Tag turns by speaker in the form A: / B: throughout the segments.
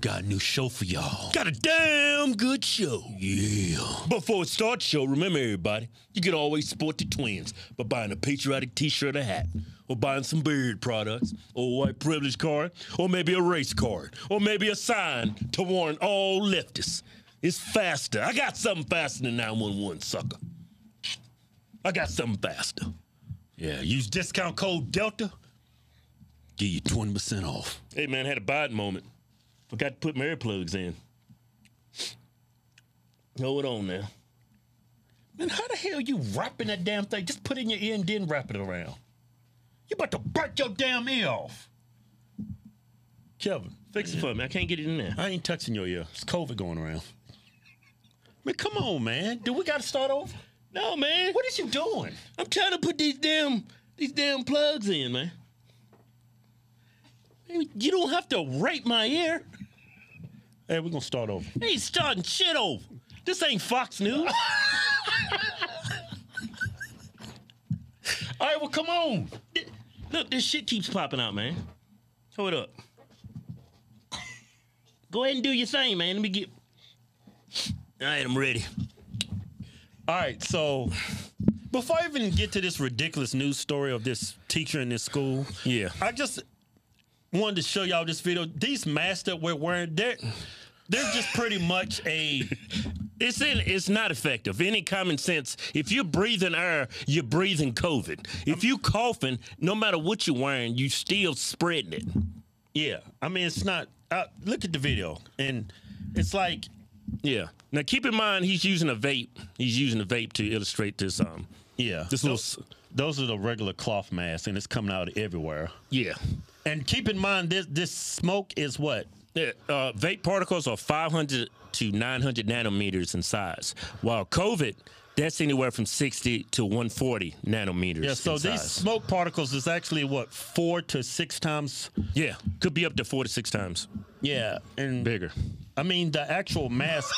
A: got a new show for y'all.
B: Got a damn good show.
A: Yeah.
B: Before it starts show, remember everybody, you can always support the twins by buying a patriotic t-shirt or hat, or buying some beard products, or a white privilege card, or maybe a race card, or maybe a sign to warn all leftists. It's faster. I got something faster than 911, sucker. I got something faster. Yeah, use discount code DELTA.
A: Give you 20% off.
B: Hey man, had a Biden moment. Forgot to put my earplugs in. Hold on now. Man, how the hell you wrapping that damn thing? Just put it in your ear and then wrap it around. You about to break your damn ear off. Kevin, fix it for me. I can't get it in there. I ain't touching your ear. It's COVID going around.
A: Man, come on, man.
B: Do we gotta start over?
A: No, man.
B: What is you doing?
A: I'm trying to put these damn these damn plugs in, man. Man, You don't have to rape my ear.
B: Hey, we're gonna start over.
A: I ain't starting shit over. This ain't Fox News.
B: All right, well, come on.
A: Look, this shit keeps popping out, man. Hold up. Go ahead and do your thing, man. Let me get. All right, I'm ready.
B: All right, so before I even get to this ridiculous news story of this teacher in this school,
A: Yeah.
B: I just wanted to show y'all this video. These masks that we're wearing, they're they're just pretty much a
A: It's in, it's not effective. Any common sense. If you're breathing air, you're breathing COVID. If you coughing, no matter what you're wearing, you still spreading it.
B: yeah. I mean, it's not. Uh, look at the video, and it's like
A: Yeah. Now keep in mind he's using a vape. He's using a vape to illustrate this. Um.
B: yeah,
A: This little. s-
B: those are the regular cloth masks, and it's coming out everywhere.
A: Yeah.
B: And keep in mind, this this smoke is what
A: Yeah, Uh, vape particles are 500 to 900 nanometers in size, while COVID, that's anywhere from 60 to 140 nanometers.
B: Yeah, so
A: in
B: these
A: size.
B: smoke particles is actually what four to six times.
A: Yeah, could be up to four to six times
B: Yeah, and
A: bigger.
B: I mean the actual mask.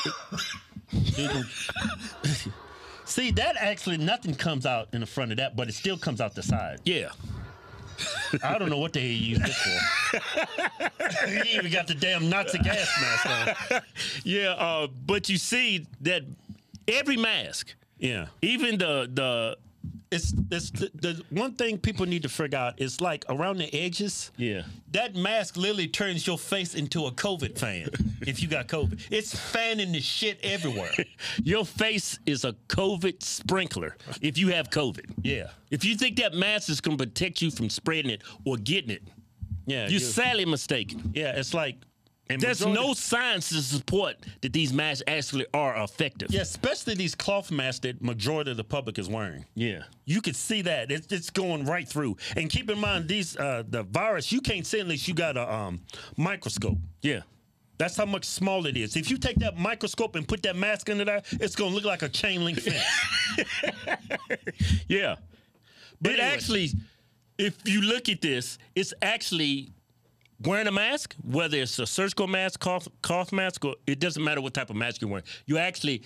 B: See, that actually nothing comes out in the front of that, but it still comes out the side.
A: Yeah.
B: I don't know what the hell you use this for. you ain't even got the damn Nazi gas mask on.
A: Yeah, uh, but you see that every mask,
B: Yeah,
A: even the the
B: it's it's the, the one thing people need to figure out is like around the edges.
A: yeah.
B: That mask literally turns your face into a COVID fan if you got COVID. It's fanning the shit everywhere.
A: Your face is a COVID sprinkler if you have COVID.
B: Yeah.
A: If you think that mask is going to protect you from spreading it or getting it,
B: Yeah.
A: you're
B: you-
A: sadly mistaken.
B: yeah, it's like and
A: There's
B: majority-
A: no science to support that these masks actually are effective.
B: Yeah, especially these cloth masks that majority of the public is wearing.
A: Yeah.
B: You can see that. It's, it's going right through. And keep in mind these uh the virus, you can't see unless you got a um microscope.
A: Yeah.
B: That's how much small it is. If you take that microscope and put that mask under there, it's gonna look like a chain link fence.
A: Yeah. But it
B: anyway.
A: actually, if you look at this, it's actually wearing a mask, whether it's a surgical mask, cough, cough mask, or it doesn't matter what type of mask you're wearing. You're actually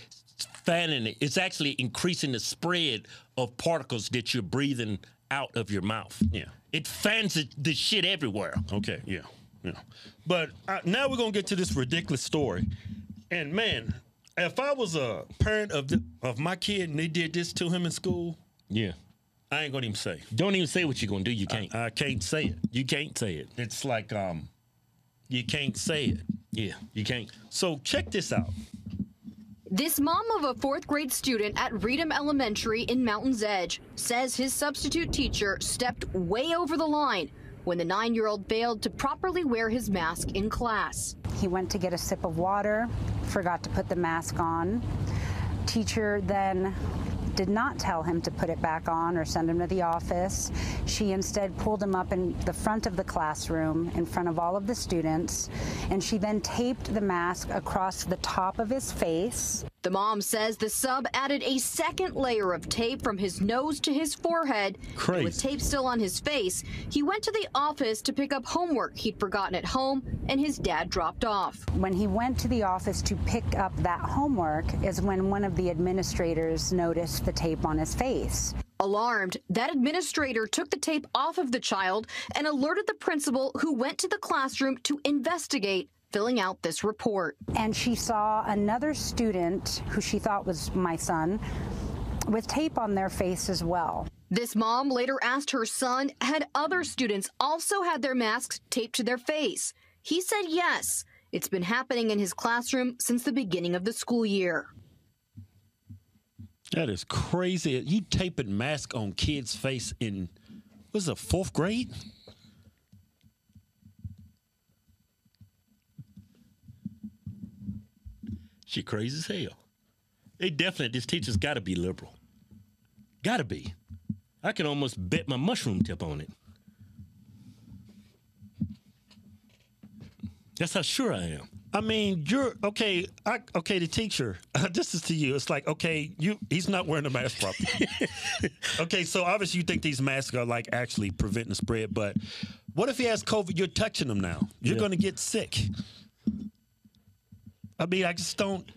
A: fanning it. It's actually increasing the spread of particles that you're breathing out of your mouth.
B: Yeah.
A: It fans it, the shit everywhere.
B: Okay, yeah, yeah. But uh, now we're gonna get to this ridiculous story, and man, if I was a parent of the, of my kid and they did this to him in school,
A: Yeah.
B: I ain't gonna even say.
A: Don't even say what you're going to do. You can't.
B: I can't say it.
A: you can't say it.
B: It's like um, you can't say it.
A: Yeah. You can't.
B: So check this out.
C: This mom of a fourth grade student at Reedham Elementary in Mountain's Edge says his substitute teacher stepped way over the line when the nine year old failed to properly wear his mask in class.
D: He went to get a sip of water, forgot to put the mask on. Teacher then did not tell him to put it back on or send him to the office. She instead pulled him up in the front of the classroom in front of all of the students, and she then taped the mask across the top of his face.
C: The mom says the sub added a second layer of tape from his nose to his forehead. and With
B: Crazy.
C: tape still on his face, he went to the office to pick up homework he'd forgotten at home and his dad dropped off.
D: When he went to the office to pick up that homework, is when one of the administrators noticed the tape on his face.
C: Alarmed, that administrator took the tape off of the child and alerted the principal, who went to the classroom to investigate filling out this report.
D: and she saw another student who she thought was my son with tape on their face as well.
C: This mom later asked her son had other students also had their masks taped to their face. He said yes. It's been happening in his classroom since the beginning of the school year.
A: That is crazy. You taping mask on kids' face in was it fourth grade? She crazy as hell. They definitely this teacher's got to be liberal. Got to be. I can almost bet my mushroom tip on it. That's how sure I am.
B: I mean, you're okay. I, okay, the teacher. this is to you. It's like okay, you. He's not wearing a mask properly. okay, so obviously you think these masks are like actually preventing the spread, but what if he has COVID? You're touching him now. You're
A: Yeah.
B: going to get sick. I mean, I just don't.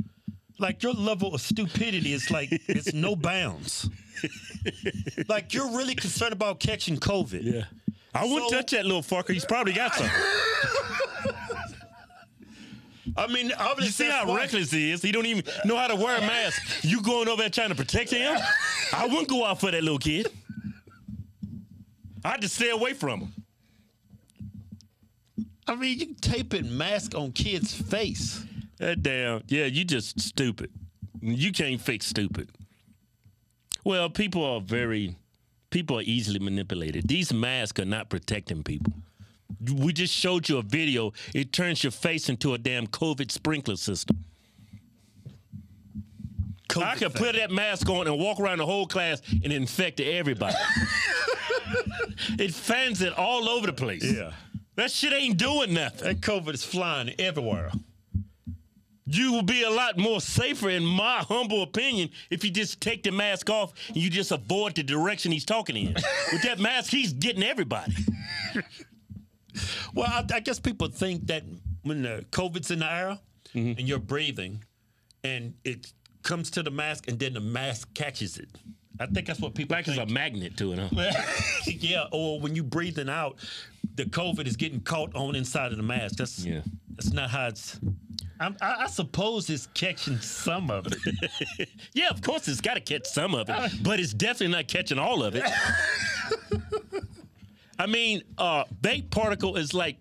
B: Like your level of stupidity is like it's no bounds. like you're really concerned about catching COVID.
A: Yeah. I wouldn't
B: So-
A: touch that little fucker. He's probably got some.
B: I mean, obviously,
A: You see
B: that's
A: how
B: why-
A: reckless he is. He don't even know how to wear a mask. You going over there trying to protect him? I wouldn't go out for that little kid. I just stay away from him.
B: I mean, you taping mask on kids' face.
A: That damn. Yeah, you just stupid. You can't fix stupid. Well, people are very people are easily manipulated. These masks are not protecting people. We just showed you a video. It turns your face into a damn COVID sprinkler system. I could put that mask on and walk around the whole class and infect everybody. it fans it all over the place.
B: Yeah.
A: That shit ain't doing nothing.
B: That COVID is flying everywhere.
A: You will be a lot more safer, in my humble opinion, if you just take the mask off and you just avoid the direction he's talking in. With that mask, he's getting everybody.
B: Well, I, I guess people think that when the COVID's in the air
A: Mm-hmm.
B: and you're breathing, and it comes to the mask, and then the mask catches it. I think that's what people
A: Like it's
B: think.
A: a magnet to it, huh?
B: yeah, or when you breathing out, the COVID is getting caught on inside of the mask. That's
A: Yeah.
B: That's not how it's. I'm, I, I suppose it's catching some of it.
A: Yeah, of course it's got to catch some of it, but it's definitely not catching all of it. I mean, uh, vape particle is like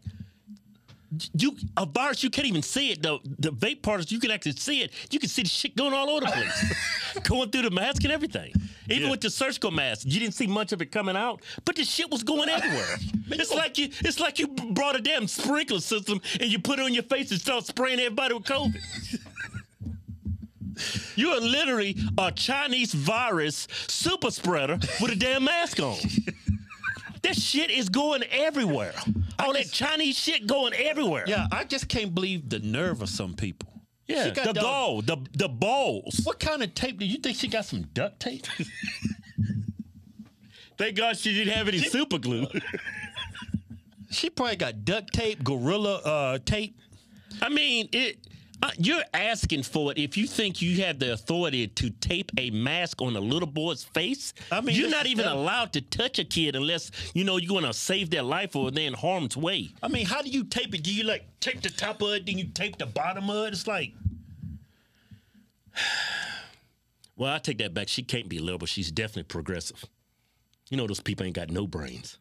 A: you a virus. You can't even see it. The the vape particles you can actually see it. You can see the shit going all over the place, going through the mask and everything. Even with the surgical mask, you didn't see much of it coming out, but the shit was going everywhere. it's like you it's like you brought a damn sprinkler system and you put it on your face and start spraying everybody with COVID. You are literally a Chinese virus super spreader with a damn mask on. that shit is going everywhere. All that Chinese shit going everywhere.
B: yeah, I just can't believe the nerve of some people.
A: Yeah,
B: She got
A: the
B: done-
A: gall, the the balls.
B: What kind of tape do you think she got? Some duct tape?
A: Thank God she didn't have any super glue.
B: she probably got duct tape, gorilla uh, tape.
A: I mean, it. Uh, you're asking for it if you think you have the authority to tape a mask on a little boy's face.
B: I mean,
A: you're
B: this
A: not
B: is
A: even
B: dumb.
A: allowed to touch a kid unless you know you're going to save their life or they're in harm's way.
B: I mean, how do you tape it? Do you like tape the top of it, then you tape the bottom of it? It's like,
A: Well, I take that back. She can't be liberal. She's definitely progressive. You know those people ain't got no brains.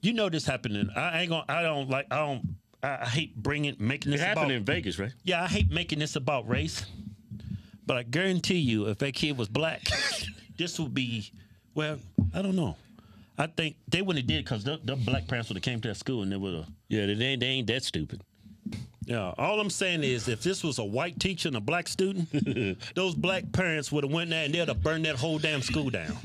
B: you know, this happening. I ain't gonna. I don't like. I don't. I I hate bringing making
A: It
B: this about.
A: happened in Vegas, right?
B: Yeah, I hate making this about race, but I guarantee you, if that kid was black, this would be. Well, I don't know. I think they wouldn't have did because the, the black parents would have came to that school and they would have.
A: Yeah, they ain't, they ain't that stupid.
B: Yeah, all I'm saying is, if this was a white teacher and a black student, those black parents would have went there and they'd have burned that whole damn school down.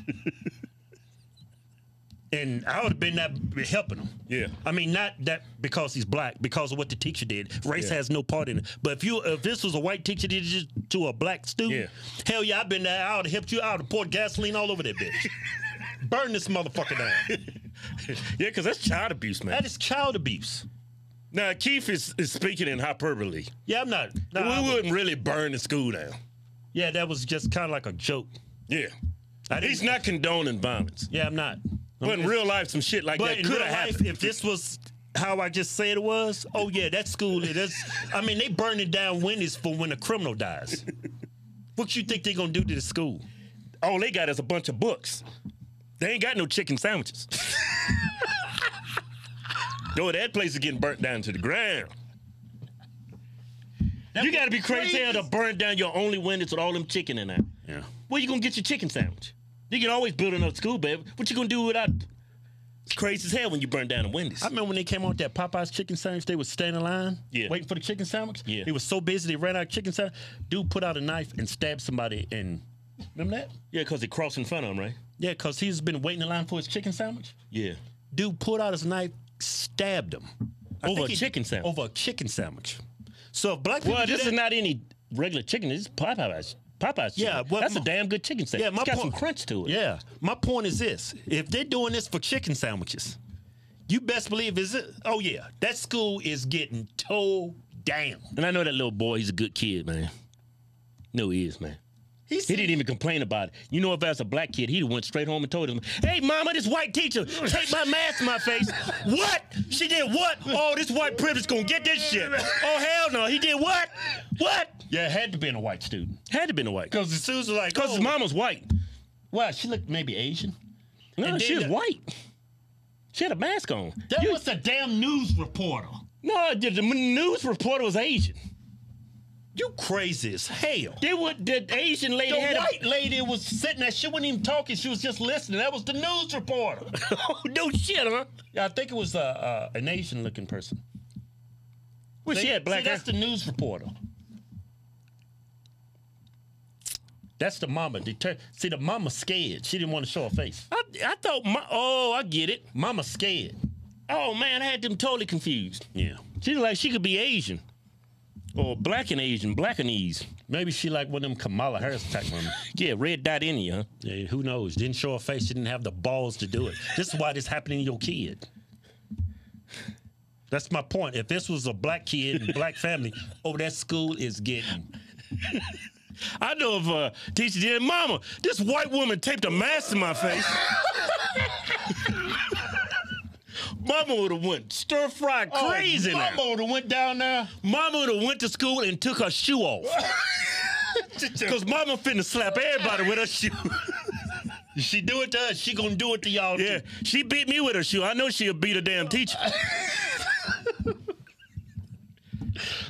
B: and I would have been that helping them.
A: Yeah.
B: I mean, not that because he's black, because of what the teacher did. Race has no part in it. But if you, if this was a white teacher that did it to a black student, hell yeah, I've been there. I would have helped you. I would have poured gasoline all over that bitch. Burn this motherfucker down.
A: Yeah, because that's child abuse, man.
B: That is child abuse.
A: now, Keith is, is speaking in hyperbole.
B: Yeah, I'm not. nah, I
A: we
B: would-
A: wouldn't really burn the school down.
B: yeah, that was just kind of like a joke.
A: Yeah.
B: I didn't-
A: He's not condoning violence.
B: Yeah, I'm not. I'm
A: But in
B: just-
A: real life, some shit like
B: but
A: that
B: in
A: could
B: real
A: have
B: life,
A: happened.
B: if this was
A: how I just said it was? Oh yeah, that school. That's I mean they burn it down when it's for when a criminal dies. What you think they gonna do to the school? All they got is a bunch of books. They ain't got no chicken sandwiches. No, that place is getting burnt down to the ground. you gotta be crazy, as hell to burn down your only windows with all them chicken in there.
B: Yeah.
A: Where you gonna get your chicken sandwich? You can always build another school, baby. What you gonna do without? It's crazy as hell when you burn down the windows.
B: I remember when they came out with that Popeyes chicken sandwich, they was standing in line
A: Yeah.
B: waiting for the chicken sandwich.
A: Yeah.
B: They was so busy they ran out of chicken sandwich. Dude put out a knife and stabbed somebody and remember that?
A: Yeah, because it crossed in front of him, right?
B: Yeah, because he's been waiting in line for his chicken sandwich.
A: Yeah.
B: Dude pulled out his knife, stabbed him. I
A: Over
B: think
A: a chicken sandwich?
B: Over a chicken sandwich. So if black people
A: Well,
B: do
A: this
B: that-
A: is not any regular chicken. This is Popeyes. Popeyes. Chicken.
B: Yeah, what-
A: that's a damn good chicken sandwich.
B: Yeah, my
A: it's got
B: point-
A: some crunch to it.
B: Yeah. My point is this: if they're doing this for chicken sandwiches, you best believe is it. Oh yeah, that school is getting towed down.
A: And I know that little boy. He's a good kid, man. No, he is, man.
B: He's,
A: He didn't even complain about it. You know, if I was a black kid, he'd have went straight home and told him, "Hey, mama, this white teacher take my mask in my face. What? She did what? Oh, this white privilege gonna get this shit. Oh hell no, he did what? What?
B: Yeah, it had to been a white student
A: Had to been a white.
B: because the students were like,
A: Cause
B: oh,
A: his mama's white.
B: Wow, she looked maybe Asian.
A: No,
B: And
A: she was
B: then-
A: white. She had a mask on.
B: That was a damn news reporter.
A: No, the, the news reporter was Asian.
B: You crazy as hell.
A: They would the Asian lady
B: The
A: had
B: white lady was sitting there. She wasn't even talking. She was just listening. That was the news reporter.
A: a oh, no shit, huh?
B: yeah, I think it was uh, uh, an Asian-looking person.
A: Well,
B: See,
A: she had black
B: see,
A: hair.
B: that's the news reporter. That's the mama. Deter- see, the mama scared. She didn't want to show her face.
A: I, I thought my oh, I get it.
B: Mama scared.
A: Oh man, I had them totally confused.
B: Yeah.
A: She's like she could be Asian. Or black and Asian, black and Ease.
B: Maybe she like one of them Kamala Harris type women.
A: Yeah, red dot in you, huh?
B: yeah, who knows? Didn't show her face. She didn't have the balls to do it. This is why this happening to your kid. That's my point. If this was a black kid and black family, oh, that school is getting
A: I know if uh, teacher did, Mama, this white woman taped a mask to my face. Mama would have went stir fry crazy.
B: crazy.
A: now.
B: Oh, mama would have went down there.
A: Mama would have went to school and took her shoe off. Cause Mama finna slap everybody with her shoe.
B: She do it to us. She gonna do it to y'all.
A: Yeah,
B: too.
A: she beat me with her shoe. I know she'll beat a damn teacher.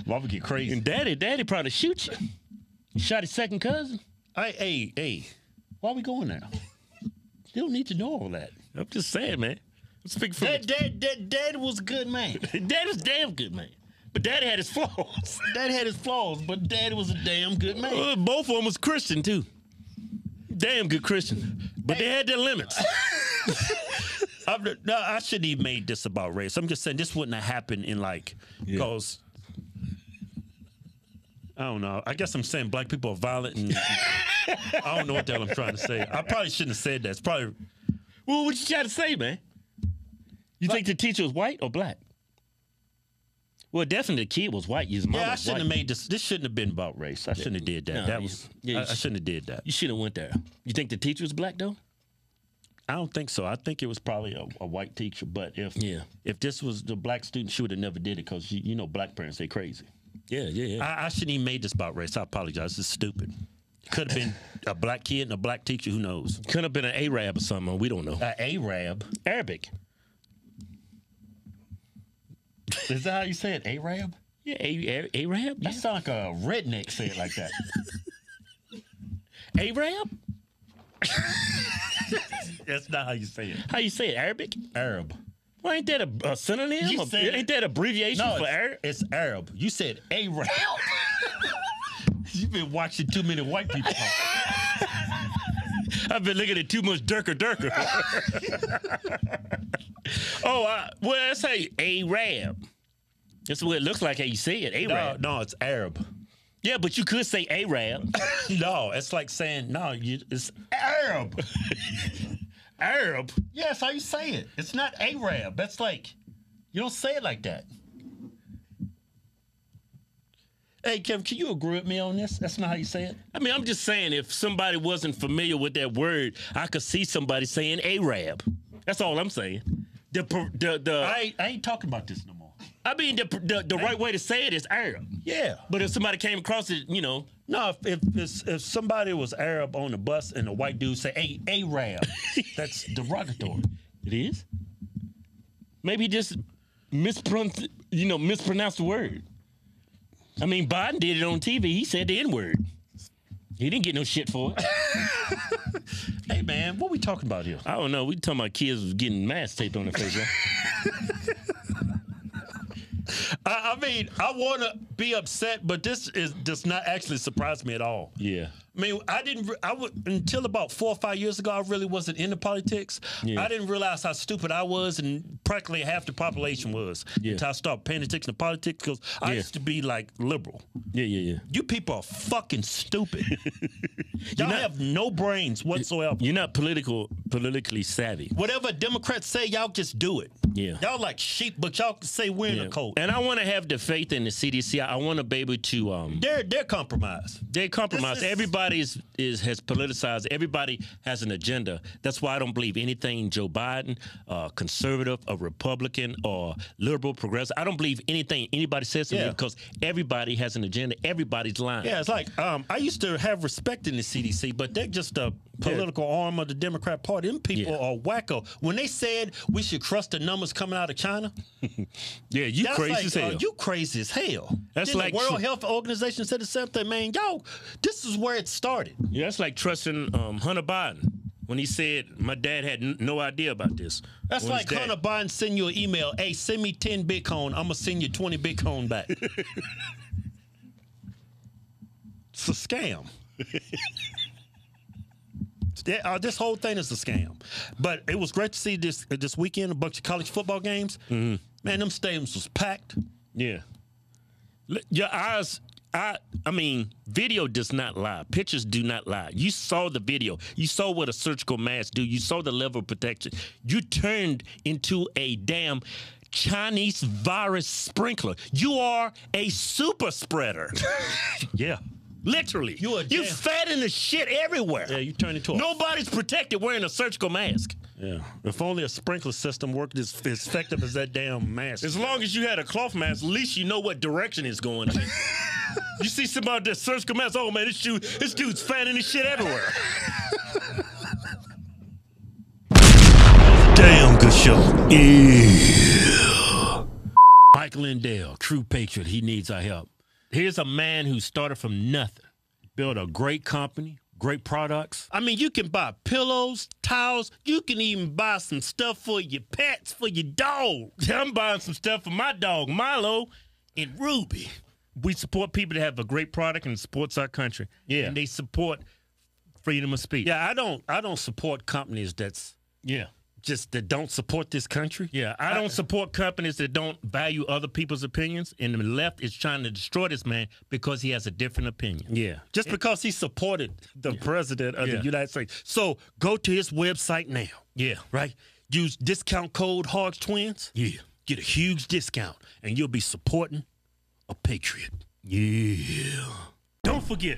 B: Mama get crazy.
A: And daddy, daddy probably shoot you. You shot his second cousin.
B: Hey, hey, hey. Why we going now? You don't need to know all that.
A: I'm just saying, man. I'm speaking for
B: That dad, that dad was a good man.
A: Dad was a damn good man, but Daddy had his flaws.
B: Dad had his flaws, but dad was a damn good man.
A: Uh, both of them was Christian too. Damn good Christian, but they had their limits.
B: I'm, not- no, I shouldn't have made this about race. I'm just saying this wouldn't have happened in like because I don't know. I guess I'm saying black people are violent, and I don't know what the hell I'm trying to say. I probably shouldn't have said that. It's probably
A: well, what you trying to say, man? You think the teacher was white or black? Well, definitely the kid was white. His mom
B: yeah. I
A: was
B: shouldn't
A: white.
B: have made this. This shouldn't have been about race. I shouldn't have did that.
A: No,
B: that
A: you-
B: was
A: yeah, you
B: I, I
A: should-
B: shouldn't have did that.
A: you should have went there. You think the teacher was black though?
B: I don't think so. I think it was probably a, a white teacher. But if
A: Yeah.
B: if this was the black student, she would have never did it because you, you know black parents they crazy.
A: Yeah, yeah, yeah.
B: I, I shouldn't even made this about race. I apologize. It's stupid. Could have been a black kid and a black teacher. Who knows?
A: Could have been an Arab or something. We don't know.
B: An Arab.
A: Arabic.
B: Is that how you say it? Arab?
A: Yeah, a- a- Arab.
B: That
A: Yeah.
B: sound like a redneck say it like that.
A: Arab.
B: That's not how you say it.
A: How you say it? Arabic.
B: Arab.
A: Well, ain't that a, a synonym?
B: You
A: A-
B: said-
A: ain't that abbreviation
B: No,
A: for Arab?
B: it's, it's Arab. You said Arab. You've been watching too many white people.
A: I've been looking at too much Durker Durker. oh,
B: uh,
A: I, well, I say Arab. That's what it looks like how you say it,
B: No,
A: Arab.
B: no, it's Arab.
A: Yeah, but you could say Arab.
B: No, it's like saying no. You, it's Arab.
A: Arab.
B: Yeah, that's how you say it. It's not Arab. That's like, you don't say it like that. Hey, Kevin, can you agree with me on this? That's not how you say it.
A: I mean, I'm just saying, if somebody wasn't familiar with that word, I could see somebody saying Arab. That's all I'm saying. the per- the the.
B: I
A: I,
B: ain't, I ain't talking about this no more.
A: mean, the the, the right way to say it is Arab.
B: Yeah.
A: But if somebody came across it, you know,
B: No, if if, if if somebody was Arab on the bus and a white dude say, "Hey, Arab," that's derogatory.
A: it is. Maybe he just mispronounced, you know, mispronounced the word. I mean, Biden did it on TV. He said the N word. He didn't get no shit for it.
B: Hey, man, what we talking about here?
A: I don't know. We talking about kids was getting mask taped on their face. Right?
B: I, I mean, I want to be upset, but this is does not actually surprise me at all.
A: yeah.
B: I mean, I didn't. re- I would until about four or five years ago. I really wasn't into politics.
A: Yeah.
B: I didn't realize how stupid I was, and practically half the population was.
A: Yeah.
B: Until I started paying attention to politics, because I
A: Yeah.
B: used to be like liberal.
A: Yeah, yeah, yeah.
B: You people are fucking stupid. Y'all have no brains whatsoever.
A: You're not political, politically savvy.
B: Whatever Democrats say, y'all just do it.
A: Yeah.
B: Y'all like sheep, but y'all say we're in
A: Yeah.
B: a cold.
A: And I want to have the faith in the CDC. I want to be able to. Um,
B: They're they're compromised.
A: they compromise.
B: This is-
A: Everybody is, is has politicized. Everybody has an agenda. That's why I don't believe anything Joe Biden, uh, conservative, a Republican, or liberal, progressive. I don't believe anything anybody says to me
B: Yeah.
A: because everybody has an agenda. Everybody's lying.
B: Yeah, it's like um, I used to have respect in the CDC, but they're just a political arm of the Democrat Party. Them people
A: Yeah.
B: are wacko. When they said we should trust the numbers coming out of China,
A: yeah you
B: that's like, uh, you crazy as hell.
A: That's
B: Then
A: like
B: the World
A: tr-
B: Health Organization said the same thing. Man, y'all, this is where it started.
A: Yeah, that's like trusting um, Hunter Biden when he said my dad had n- no idea about this.
B: That's
A: When his
B: like
A: dad-
B: Hunter Biden send you an email. Hey, send me ten Bitcoin. I'm gonna send you twenty Bitcoin back. it's a scam. That- uh, this whole thing is a scam. But it was great to see this uh, this weekend a bunch of college football games. Man, them stadiums was packed.
A: Yeah. L- Your eyes, I, I mean, video does not lie. Pictures do not lie. You saw the video. You saw what a surgical mask do. You saw the level of protection. You turned into a damn Chinese virus sprinkler. You are a super spreader.
B: Yeah.
A: Literally.
B: You a
A: you
B: damn-
A: fat in the shit everywhere.
B: Yeah, you turned into a
A: Nobody's protected wearing a surgical mask.
B: Yeah. If only a sprinkler system worked as, as effective as that damn mask.
A: As long as you had a cloth mask, at least you know what direction it's going in. you see somebody that surgical mask, oh man, this dude, this dude's fanning his shit everywhere.
B: Damn good show.
A: Mike Lindell, true patriot, he needs our help. Here's a man who started from nothing, built a great company, great products.
B: I mean, you can buy pillows, towels. You can even buy some stuff for your pets, for your dog.
A: I'm buying some stuff for my dog Milo and Ruby. We support people that have a great product and supports our country.
B: Yeah.
A: and they support freedom of speech.
B: Yeah, I don't. I don't support companies that's
A: yeah.
B: just that don't support this country.
A: Yeah, I don't support companies that don't value other people's opinions, and the left is trying to destroy this man because he has a different opinion.
B: Yeah. Just because he supported the president of
A: Yeah.
B: the United States. So go to his website now.
A: Yeah.
B: Right. Use discount code Hogs Twins.
A: Yeah.
B: Get a huge discount, and you'll be supporting a patriot.
A: Yeah. Don't forget,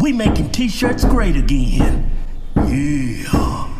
A: We making t-shirts great again. Yeah.